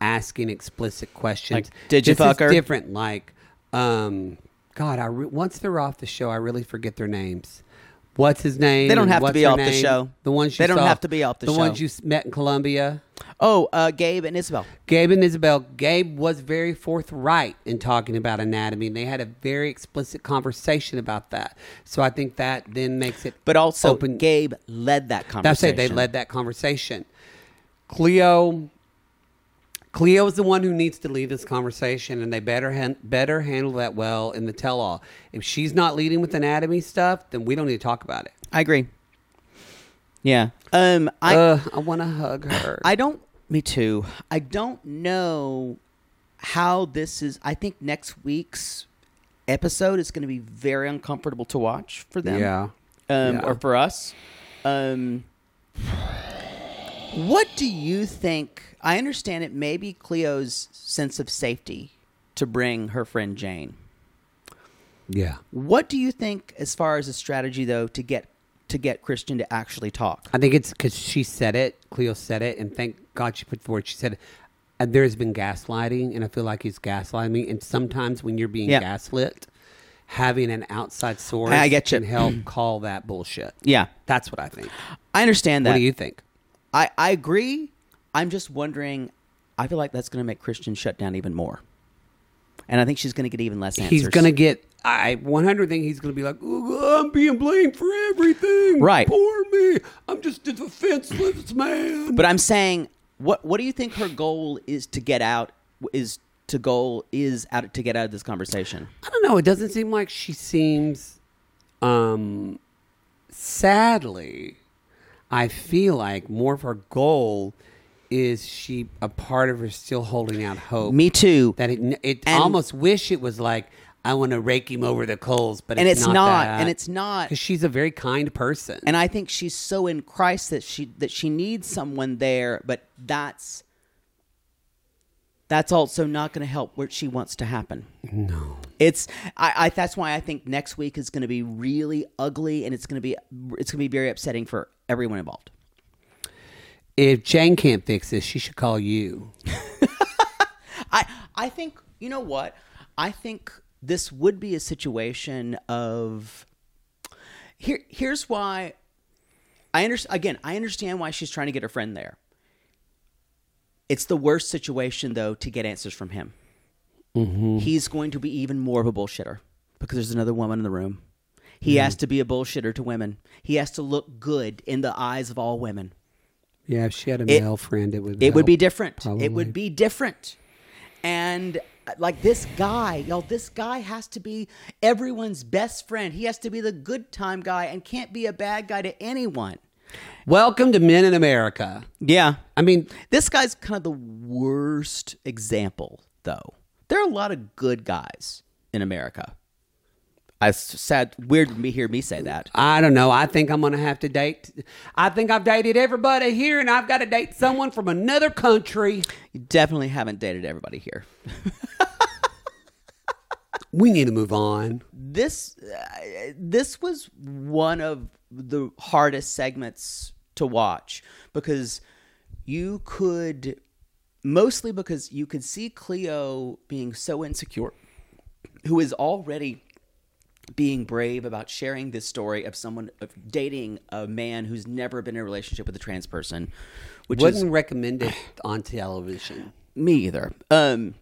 Speaker 2: asking explicit questions.
Speaker 7: Like, did you
Speaker 2: This is
Speaker 7: fuck her?
Speaker 2: Different, like, um, God, I re- once they're off the show, I really forget their names. What's his name?
Speaker 7: They don't
Speaker 2: and
Speaker 7: have to
Speaker 2: what's
Speaker 7: be
Speaker 2: her
Speaker 7: off the
Speaker 2: name?
Speaker 7: show.
Speaker 2: The ones you
Speaker 7: They don't
Speaker 2: saw-
Speaker 7: have to be off the
Speaker 2: The ones
Speaker 7: show.
Speaker 2: you s- met in Colombia.
Speaker 7: Oh, uh, Gabe and Isabel.
Speaker 2: Gabe and Isabel. Gabe was very forthright in talking about anatomy. and They had a very explicit conversation about that. So I think that then makes it.
Speaker 7: But also, Gabe led
Speaker 2: Oh,
Speaker 7: that
Speaker 2: That's it.
Speaker 7: conversation.
Speaker 2: They led that conversation. Cleo. Cleo is the one who needs to lead this conversation, and they better han- better handle that well in the tell-all. If she's not leading with anatomy stuff, then we don't need to talk about it.
Speaker 7: I agree. Yeah. Um. I
Speaker 2: Ugh, I want to hug her.
Speaker 7: I don't. Me too. I don't know how this is. I think next week's episode is going to be very uncomfortable to watch for them.
Speaker 2: Yeah.
Speaker 7: Um.
Speaker 2: Yeah.
Speaker 7: Or for us. Um. What do you think? I understand it may be Cleo's sense of safety to bring her friend Jane.
Speaker 2: Yeah.
Speaker 7: What do you think as far as a strategy though to get to get Christian to actually talk?
Speaker 2: I think it's because she said it. Cleo said it, and thank God she put forward. She said, "Uh, "There has been gaslighting, and I feel like he's gaslighting me." And sometimes when you're being
Speaker 7: Yeah.
Speaker 2: gaslit, having an outside source
Speaker 7: I get you.
Speaker 2: can help call that bullshit.
Speaker 7: Yeah.
Speaker 2: that's what I think.
Speaker 7: I understand that.
Speaker 2: What do you think?
Speaker 7: I, I agree. I'm just wondering I feel like that's gonna make Christian shut down even more. And I think she's gonna get even less answers.
Speaker 2: He's gonna get. I 100 think he's gonna be like, "Ooh, I'm being blamed for everything.
Speaker 7: Right.
Speaker 2: poor me. I'm just a defenseless man.
Speaker 7: But I'm saying what what do you think her goal is to get out is to goal is out to get out of this conversation?
Speaker 2: I don't know. It doesn't seem like she seems. Um, sadly, I feel like more of her goal is she a part of her still holding out hope.
Speaker 7: Me too.
Speaker 2: That it, it
Speaker 7: And-
Speaker 2: almost wish it was like I want to rake him over the coals, but
Speaker 7: and
Speaker 2: it's, not, that.
Speaker 7: and it's not
Speaker 2: 'Cause she's a very kind person.
Speaker 7: and I think she's so in Christ that she that she needs someone there, but that's that's also not going to help what she wants to happen.
Speaker 2: No.
Speaker 7: It's I, I that's why I think next week is going to be really ugly and it's going to be it's going to be very upsetting for everyone involved.
Speaker 2: If Jane can't fix this, she should call you.
Speaker 7: I I think you know what I think this would be a situation of here here's why I understand again I understand why she's trying to get her friend there. It's the worst situation though to get answers from him.
Speaker 2: Mhm.
Speaker 7: He's going to be even more of a bullshitter because there's another woman in the room. He has to be a bullshitter to women. He has to look good in the eyes of all women.
Speaker 2: Yeah, if she had a
Speaker 7: It-
Speaker 2: male friend, it would.
Speaker 7: It would be
Speaker 2: help,
Speaker 7: different.
Speaker 2: probably.
Speaker 7: It would be different. And uh, like this guy, y'all, this guy has to be everyone's best friend. He has to be the good time guy and can't be a bad guy to anyone.
Speaker 2: Welcome to Men in America.
Speaker 7: Yeah.
Speaker 2: I mean,
Speaker 7: this guy's kind of the worst example, though. There are a lot of good guys in America. I s- sad, weird to me- hear me say that.
Speaker 2: I don't know. I think I'm going to have to date. I think I've dated everybody here, and I've got to date someone from another country.
Speaker 7: You definitely haven't dated everybody here.
Speaker 2: We need to move on.
Speaker 7: this uh, this was one of the hardest segments to watch because you could mostly because you could see Cleo being so insecure who is already being brave about sharing this story of someone of dating a man who's never been in a relationship with a trans person which is
Speaker 2: Wouldn't recommend it on television.
Speaker 7: me either. Um,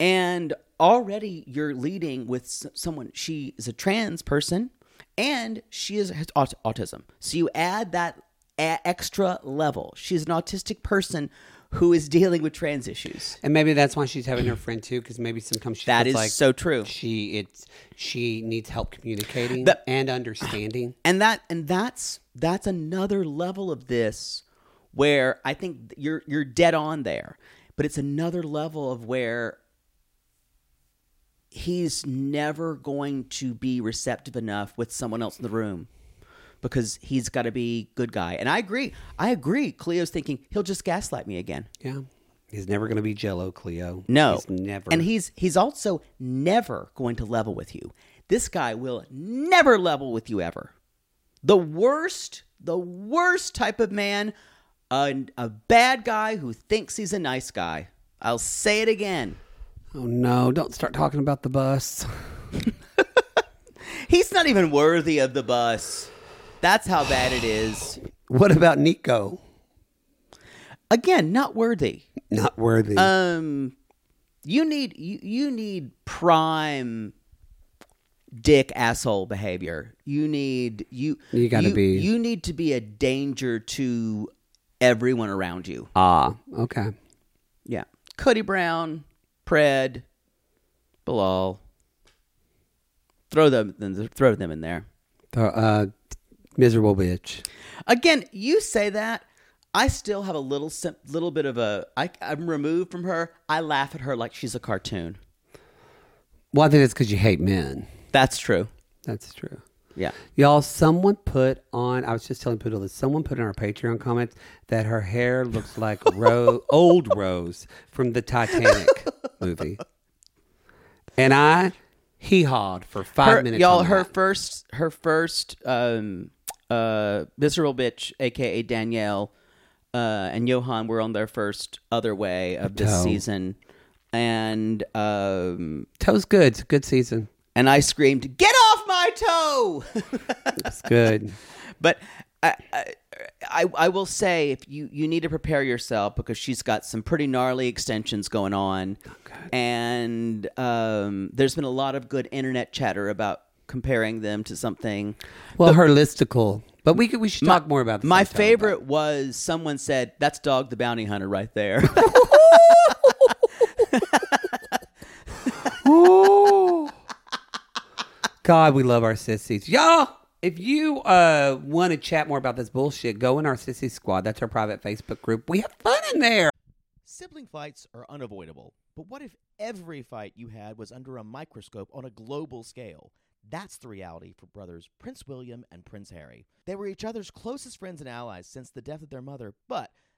Speaker 7: and already you're leading with s- someone. She is a trans person, and she is has aut- autism. So you add that a- extra level. She's an autistic person who is dealing with trans issues.
Speaker 2: And maybe that's why she's having her friend too, because maybe sometimes she
Speaker 7: That
Speaker 2: feels
Speaker 7: is
Speaker 2: like
Speaker 7: so true.
Speaker 2: She it's she needs help communicating
Speaker 7: That-
Speaker 2: and understanding.
Speaker 7: and that and that's that's another level of this where I think th- you're you're dead on there, but it's another level of where he's never going to be receptive enough with someone else in the room because he's got to be good guy. And I agree. I agree. Cleo's thinking he'll just gaslight me again.
Speaker 2: Yeah, he's never going to be Jello, Cleo.
Speaker 7: No,
Speaker 2: he's never.
Speaker 7: And he's he's also never going to level with you. This guy will never level with you ever. The worst, the worst type of man, a, a bad guy who thinks he's a nice guy. I'll say it again.
Speaker 2: oh no! Don't start talking about the bus.
Speaker 7: He's not even worthy of the bus. That's how bad it is.
Speaker 2: What about Nico?
Speaker 7: Again, not worthy.
Speaker 4: Not worthy.
Speaker 7: Um, you need you, you need prime dick asshole behavior. You need you
Speaker 2: You gotta be-
Speaker 7: you need to be a danger to everyone around you.
Speaker 2: Ah, okay.
Speaker 7: Yeah, Cody Brown, Pred, Bilal. Throw them throw them in there.
Speaker 2: The, uh, miserable bitch.
Speaker 7: Again, you say that. I still have a little sim- little bit of a. I, I'm removed from her. I laugh at her like she's a cartoon.
Speaker 2: Well, I think that's because you hate men.
Speaker 7: That's true.
Speaker 2: That's true.
Speaker 7: Yeah.
Speaker 2: Y'all, someone put on, I was just telling Poodle this, someone put in our Patreon comments that her hair looks like Ro- old Rose from the Titanic movie. And I hee hawed for five
Speaker 7: Her-
Speaker 2: minutes.
Speaker 7: Y'all,
Speaker 2: on
Speaker 7: her
Speaker 2: that.
Speaker 7: first, her first, um, uh, visceral bitch, aka Danielle, uh, and Johan were on their first other way of this
Speaker 2: Toe.
Speaker 7: season, and um,
Speaker 2: Toe's good. It's a good season.
Speaker 7: and I screamed, "Get off my toe!"
Speaker 2: It's good.
Speaker 7: But I, I, I, I will say, if you you need to prepare yourself because she's got some pretty gnarly extensions going on, and um, there's been a lot of good internet chatter about comparing them to something.
Speaker 2: Well,
Speaker 7: The-
Speaker 2: her listicle. But we could, we should talk more about this.
Speaker 7: My
Speaker 2: sometime.
Speaker 7: favorite was someone said, "That's Dog the Bounty Hunter right there."
Speaker 2: Ooh. God, we love our sissies. Y'all, if you uh, want to chat more about this bullshit, go in our sissy squad. That's our private Facebook group. We have fun in there.
Speaker 6: Sibling fights are unavoidable, but what if every fight you had was under a microscope on a global scale? That's the reality for brothers Prince William and Prince Harry. They were each other's closest friends and allies since the death of their mother, but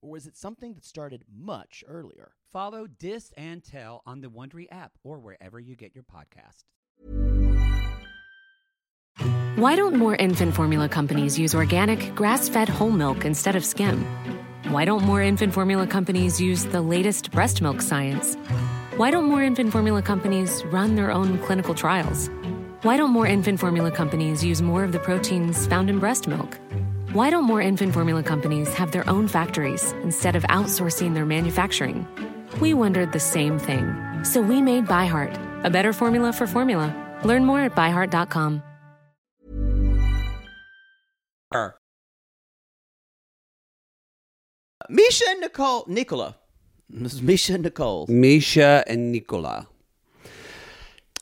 Speaker 6: or was it something that started much earlier?
Speaker 2: Follow Dis and Tell on the Wondery app or wherever you get your podcast.
Speaker 5: Why don't more infant formula companies use organic, grass fed whole milk instead of skim? Why don't more infant formula companies use the latest breast milk science? Why don't more infant formula companies run their own clinical trials? Why don't more infant formula companies use more of the proteins found in breast milk? Why don't more infant formula companies have their own factories instead of outsourcing their manufacturing? We wondered the same thing. So we made ByHeart, a better formula for formula. Learn more at byheart.com.
Speaker 7: Misha and Nicole, Nicola. This is Misha and Nicole.
Speaker 2: Misha and Nicola.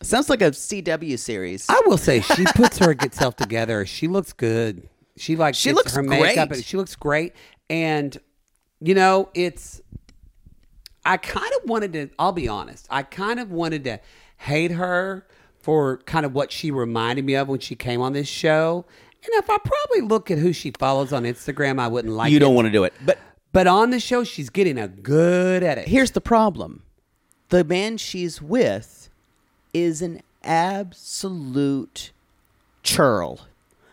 Speaker 7: Sounds like a CW series.
Speaker 2: I will say she puts her herself together. She looks good. She like
Speaker 7: She
Speaker 2: gets
Speaker 7: looks
Speaker 2: her makeup.
Speaker 7: great.
Speaker 2: and She looks great, and you know it's. I kind of wanted to. I'll be honest. I kind of wanted to hate her for kind of what she reminded me of when she came on this show. And if I probably look at who she follows on Instagram, I wouldn't like.
Speaker 7: you
Speaker 2: it.
Speaker 7: don't want to do it. But
Speaker 2: But on the show, she's getting a good at it.
Speaker 7: here's the problem the man she's with is an absolute churl.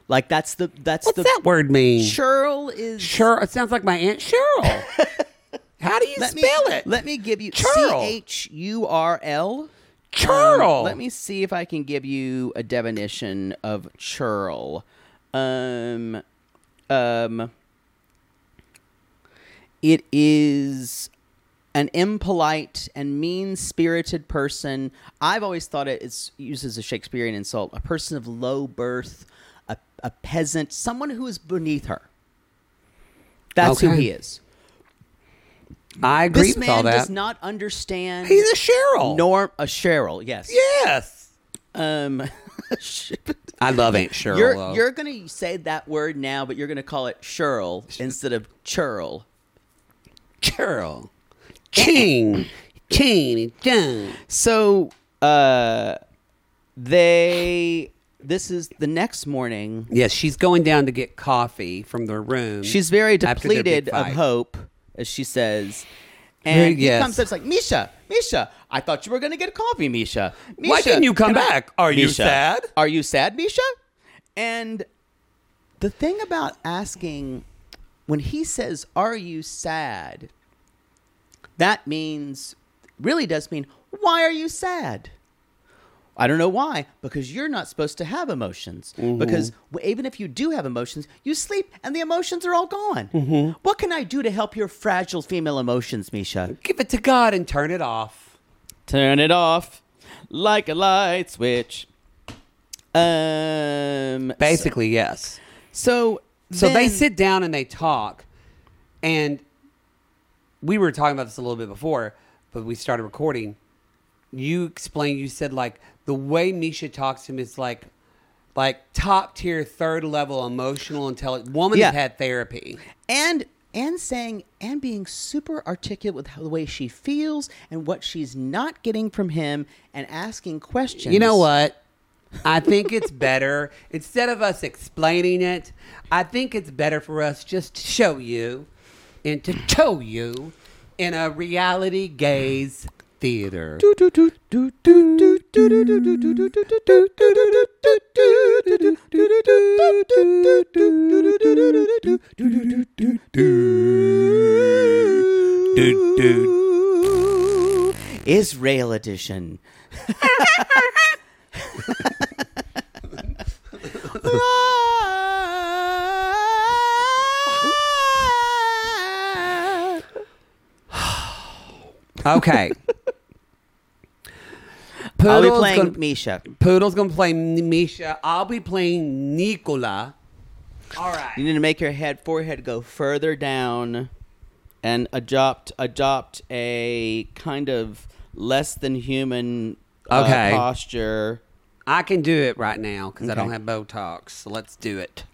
Speaker 7: Like, that's the. That's
Speaker 2: What's
Speaker 7: the,
Speaker 2: that word mean?
Speaker 7: Churl is.
Speaker 2: Cheryl. It sounds like my aunt Cheryl. How do you
Speaker 7: Let me-
Speaker 2: spell it?
Speaker 7: Let me give you
Speaker 2: Churl.
Speaker 7: C H U R L.
Speaker 2: Churl.
Speaker 7: Um, let me see if I can give you a definition of churl. Um, um, it is an impolite and mean-spirited person. I've always thought it is used as a Shakespearean insult. A person of low birth, a, a peasant, someone who is beneath her. That's who
Speaker 2: Okay.
Speaker 7: he is.
Speaker 2: I agree
Speaker 7: this
Speaker 2: with
Speaker 7: man
Speaker 2: all that.
Speaker 7: does not understand.
Speaker 2: He's a Cheryl.
Speaker 7: Norm, a Cheryl, yes.
Speaker 2: Yes.
Speaker 7: Um,
Speaker 2: I love Aunt Cheryl.
Speaker 7: you're
Speaker 2: though.
Speaker 7: you're gonna say that word now, but you're gonna call it Cheryl instead of churl.
Speaker 2: Cheryl. Ching. Ching. Ching.
Speaker 7: So, uh, they. This is the next morning.
Speaker 2: Yes, she's going down to get coffee from the room.
Speaker 7: She's very
Speaker 2: after their big
Speaker 7: depleted of
Speaker 2: fight.
Speaker 7: hope, as she says, And
Speaker 2: Yes.
Speaker 7: he comes up, it's like, Misha, Misha, I thought you were going to get coffee, Misha. Misha
Speaker 2: Why didn't you come
Speaker 7: can I-"
Speaker 2: back? Are you
Speaker 7: "Misha,
Speaker 2: sad?"
Speaker 7: Are you sad, Misha? And the thing about asking, when he says, Are you sad? that means, really does mean, Why are you sad? I don't know why, because you're not supposed to have emotions. Because w- even if you do have emotions, you sleep and the emotions are all gone. What can I do to help your fragile female emotions, Misha?
Speaker 2: Give it to God and turn it off.
Speaker 8: Turn it off like a light switch.
Speaker 7: Um,
Speaker 2: Basically, yes.
Speaker 7: So,
Speaker 2: so they
Speaker 7: then-
Speaker 2: sit down and they talk, and we were talking about this a little bit before, but we started recording. You explained. You said like the way Misha talks to him is like, like top tier, third level emotional intelligence woman
Speaker 7: Yeah.
Speaker 2: that had therapy.
Speaker 7: and and saying and being super articulate with how, the way she feels and what she's not getting from him and asking questions.
Speaker 2: You know what? I think it's better instead of us explaining it. I think it's better for us just to show you and to tow you in a reality gaze theater.
Speaker 7: Israel edition.
Speaker 2: Okay.
Speaker 7: I'll be
Speaker 2: Poodle's
Speaker 7: playing
Speaker 2: gonna-
Speaker 7: Misha.
Speaker 2: Poodle's gonna play N- Misha. I'll be playing Nicola.
Speaker 7: You need to make your head forehead go
Speaker 8: Further down and adopt adopt a kind of less than human uh,
Speaker 2: Okay.
Speaker 8: posture.
Speaker 2: I can do it right now because I don't
Speaker 8: Okay.
Speaker 2: have Botox. So let's do it.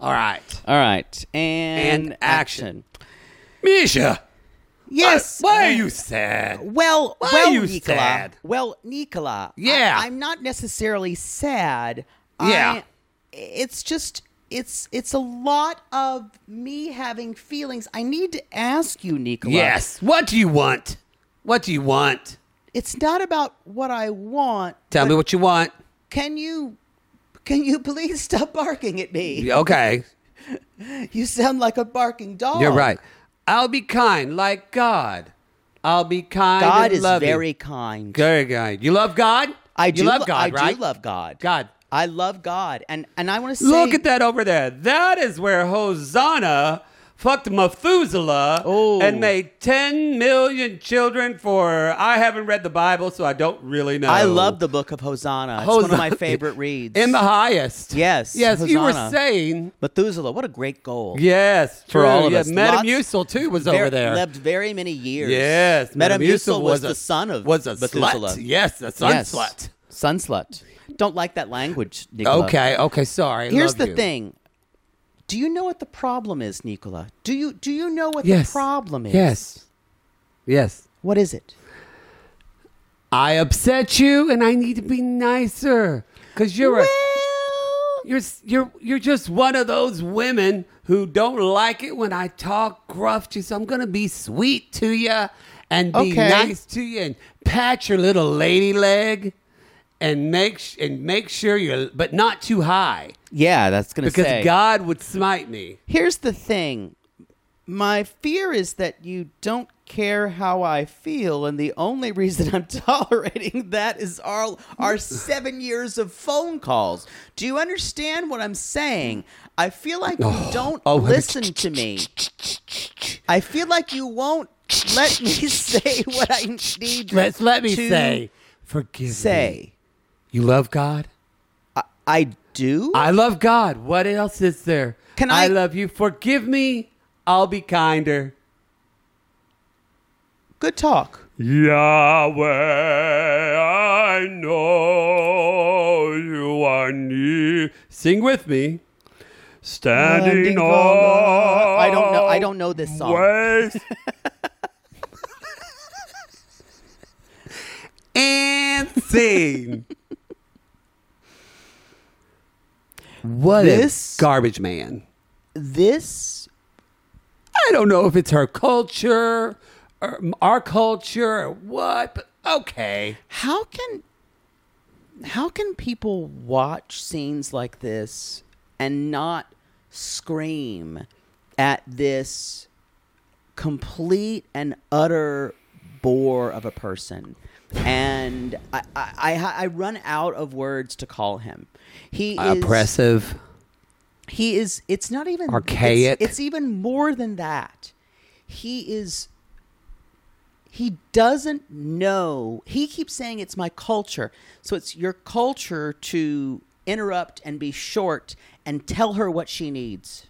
Speaker 2: All right.
Speaker 8: All right. And,
Speaker 2: And action. Misha.
Speaker 7: Yes.
Speaker 2: Why are you sad?
Speaker 7: Well,
Speaker 2: Why
Speaker 7: well,
Speaker 2: are you
Speaker 7: Nicola.
Speaker 2: sad?
Speaker 7: Well, Nicola.
Speaker 2: Yeah.
Speaker 7: I, am not necessarily sad.
Speaker 2: Yeah.
Speaker 7: I, it's just it's it's a lot of me having feelings. I need to ask you, Nicola.
Speaker 2: Yes. What do you want? What do you want?
Speaker 7: It's not about what I want.
Speaker 2: Tell me what you want.
Speaker 7: Can you can you please stop barking at me?
Speaker 2: Okay.
Speaker 7: You sound like a barking dog.
Speaker 2: You're right. I'll be kind like God. I'll be kind.
Speaker 7: God
Speaker 2: and
Speaker 7: is
Speaker 2: loving.
Speaker 7: very kind.
Speaker 2: Very kind. You love God?
Speaker 7: I do
Speaker 2: You love
Speaker 7: lo-
Speaker 2: God,
Speaker 7: I
Speaker 2: right?
Speaker 7: do love God.
Speaker 2: God.
Speaker 7: I love God. And and I want to say
Speaker 2: Look at that over there. That is where Hosanna fucked Methuselah and made 10 million children for. I haven't read the Bible, so I don't really know.
Speaker 7: I love the book of Hosanna. It's one of my
Speaker 2: Hosanna.
Speaker 7: favorite reads.
Speaker 2: In the highest.
Speaker 7: Yes.
Speaker 2: Yes, you were
Speaker 7: Hosanna.
Speaker 2: saying.
Speaker 7: Methuselah, what a great goal.
Speaker 2: Yes,
Speaker 7: For
Speaker 2: true.
Speaker 7: all of
Speaker 2: yeah,
Speaker 7: us.
Speaker 2: Madame
Speaker 7: Lots-
Speaker 2: Musil, too, was
Speaker 7: Very-
Speaker 2: over there.
Speaker 7: Lived very many years.
Speaker 2: Yes,
Speaker 7: Madame
Speaker 2: Metamucil
Speaker 7: Musil was,
Speaker 2: was a-
Speaker 7: the son of
Speaker 2: was a
Speaker 7: Methuselah.
Speaker 2: slut. Yes, a sun
Speaker 7: Yes.
Speaker 2: slut.
Speaker 7: Sun slut. Don't like that language, Nicola.
Speaker 2: okay, okay, sorry.
Speaker 7: Here's
Speaker 2: Love
Speaker 7: the
Speaker 2: you.
Speaker 7: thing. Do you know what the problem is, Nicola? Do you do you know what
Speaker 2: Yes.
Speaker 7: the problem is?
Speaker 2: Yes. Yes.
Speaker 7: What is it?
Speaker 2: I upset you, and I need to be nicer because you're a you're s- you're you're just one of those women who don't like it when I talk gruff to you. So I'm gonna be sweet to you and be
Speaker 7: Okay.
Speaker 2: nice to you and pat your little lady leg and make sh- and make sure you're but not too high
Speaker 8: Yeah, that's gonna
Speaker 2: because
Speaker 8: say.
Speaker 2: God would smite me.
Speaker 7: Here's the thing. My fear is that you don't care how I feel, and the only reason I'm tolerating that is our our seven years of phone calls. Do you understand what I'm saying? I feel like you don't
Speaker 2: oh, let me-
Speaker 7: listen to me. I feel like you won't let me say what I need.
Speaker 2: Let's let me
Speaker 7: to
Speaker 2: say, forgive me.
Speaker 7: say.
Speaker 2: You love God.
Speaker 7: I do.
Speaker 2: I love God. What else is there?
Speaker 7: Can
Speaker 2: I
Speaker 7: I-
Speaker 2: love you. Forgive me. I'll be kinder.
Speaker 7: Good talk.
Speaker 4: Yahweh, I know you are near.
Speaker 2: Sing with me.
Speaker 4: Standing on.
Speaker 7: I don't know. I don't know this song.
Speaker 4: Ways.
Speaker 2: and sing. what
Speaker 7: This-
Speaker 2: a garbage man.
Speaker 7: This
Speaker 2: I don't know if it's her culture our, our culture, or what? But okay.
Speaker 7: How can how can people watch scenes like this and not scream at this complete and utter bore of a person? And I, I, I, I run out of words to call him. He is
Speaker 2: Oppressive.
Speaker 7: He is. It's not even it's-
Speaker 2: Archaic.
Speaker 7: It's, even more than that. He is. He doesn't know. He keeps saying it's my culture. So it's your culture to interrupt and be short and tell her what she needs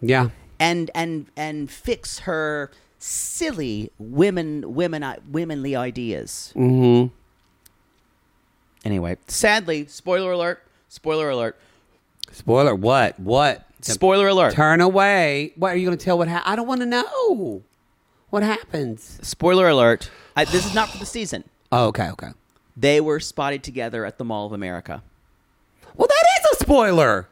Speaker 2: Yeah.
Speaker 7: and and and fix her silly women women womenly ideas.
Speaker 2: Mm-hmm.
Speaker 7: Anyway, sadly, spoiler alert. Spoiler alert.
Speaker 2: Spoiler. What? What?
Speaker 7: Spoiler alert.
Speaker 2: Turn away. What are you going to tell? What? Ha- I don't want to know. What happens?
Speaker 7: Spoiler alert. I, this is not for the season.
Speaker 2: Oh, okay. Okay.
Speaker 7: They were spotted together at the Mall of America.
Speaker 2: Well, that is a spoiler.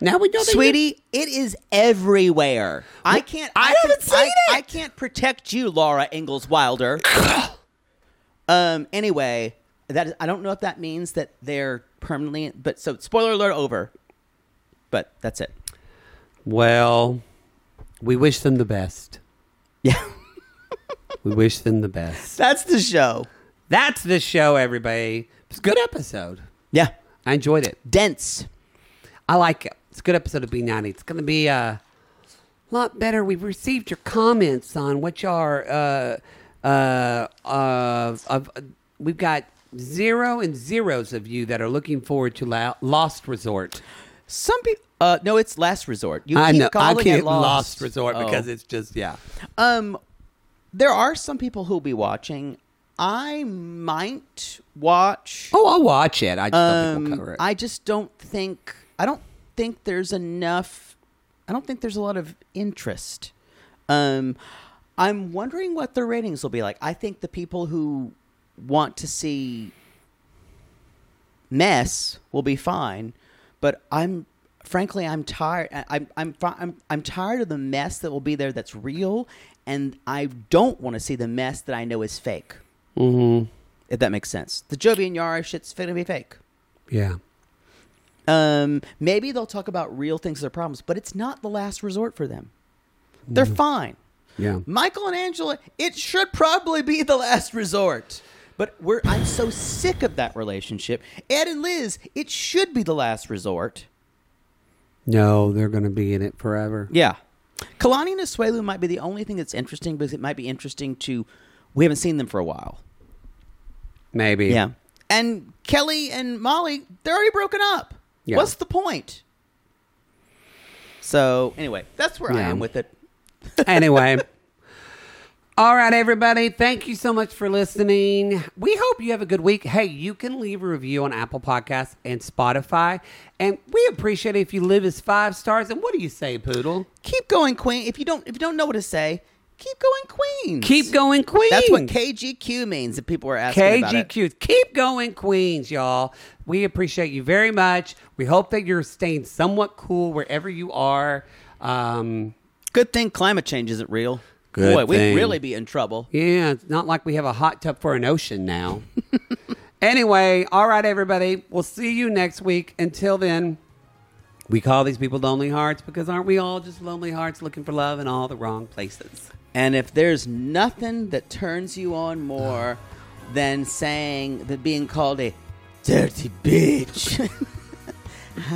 Speaker 2: Now we know, that
Speaker 7: Sweetie, it is everywhere. I can't. I, haven't seen it. I can't protect you, Laura Ingalls Wilder. um. Anyway, that is, I don't know if that means that they're permanently. But so, spoiler alert over. But that's it.
Speaker 2: you- Well, we wish them the best.
Speaker 7: Yeah.
Speaker 2: we wish them the best.
Speaker 7: That's the show.
Speaker 2: That's the show, everybody. It's a good episode.
Speaker 7: Yeah.
Speaker 2: I enjoyed it.
Speaker 7: Dense.
Speaker 2: I like it. It's a good episode of B90. It's going to be uh, a lot better. We've received your comments on what are uh, uh, uh, of, we've got zero and zeros of you that are looking forward to la- Lost Resort.
Speaker 7: Some people. Uh, no, it's last resort. You
Speaker 2: I
Speaker 7: keep
Speaker 2: know. I
Speaker 7: Calling it
Speaker 2: can't
Speaker 7: lost.
Speaker 2: Lost Resort because
Speaker 7: Oh.
Speaker 2: it's just yeah.
Speaker 7: Um, there are some people who'll be watching. I might watch.
Speaker 2: Oh, I'll watch it. I just don't think
Speaker 7: Um,
Speaker 2: we'll cover it.
Speaker 7: I just don't think. I don't think there's enough. I don't think there's a lot of interest. Um, I'm wondering what the ratings will be like. I think the people who want to see mess will be fine, but I'm frankly I'm tired. I- I'm I'm fi- I'm I'm tired of the mess that will be there. That's real, and I don't want to see the mess that I know is fake.
Speaker 2: Mm-hmm.
Speaker 7: If that makes sense, the Jovi and Yara shit's gonna be fake.
Speaker 2: Yeah.
Speaker 7: Um, maybe they'll talk about real things, their problems, but it's not the last resort for them. They're fine.
Speaker 2: Yeah.
Speaker 7: Michael and Angela, it should probably be the last resort. But we're I'm so sick of that relationship. Ed and Liz, it should be the last resort.
Speaker 2: No, they're going to be in it forever.
Speaker 7: Yeah. Kalani and Asuelu might be the only thing that's interesting because it might be interesting to we haven't seen them for a while.
Speaker 2: Maybe.
Speaker 7: Yeah. And Kelly and Molly, they're already broken up.
Speaker 2: Yeah.
Speaker 7: What's the point? So anyway, that's where I
Speaker 2: Yeah.
Speaker 7: am with it.
Speaker 2: anyway. All right, everybody. Thank you so much for listening. We hope you have a good week. Hey, you can leave a review on Apple Podcasts and Spotify. And we appreciate it if you leave us five stars. And what do you say, Poodle?
Speaker 7: Keep going, Queen. If you don't if you don't know what to say, keep going, Queens.
Speaker 2: Keep going, Queens.
Speaker 7: That's what KGQ means. That people were asking about it.
Speaker 2: KGQ. Keep going, Queens, y'all. We appreciate you very much. We hope that you're staying somewhat cool wherever you are. Um,
Speaker 7: Good thing climate change isn't real.
Speaker 2: Good
Speaker 7: Boy,
Speaker 2: thing.
Speaker 7: we'd really be in trouble.
Speaker 2: Yeah, it's not like we have a hot tub for an ocean now. anyway, all right, everybody. We'll see you next week. Until then, we call these people lonely hearts because aren't we all just lonely hearts looking for love in all the wrong places?
Speaker 7: And if there's nothing that turns you on more than saying that being called a dirty bitch.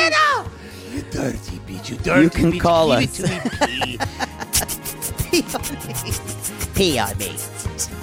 Speaker 4: You dirty bitch, you dirty
Speaker 7: You can
Speaker 4: bitch.
Speaker 7: call
Speaker 4: Give
Speaker 7: us.
Speaker 4: it to me, please.
Speaker 7: Pee on me.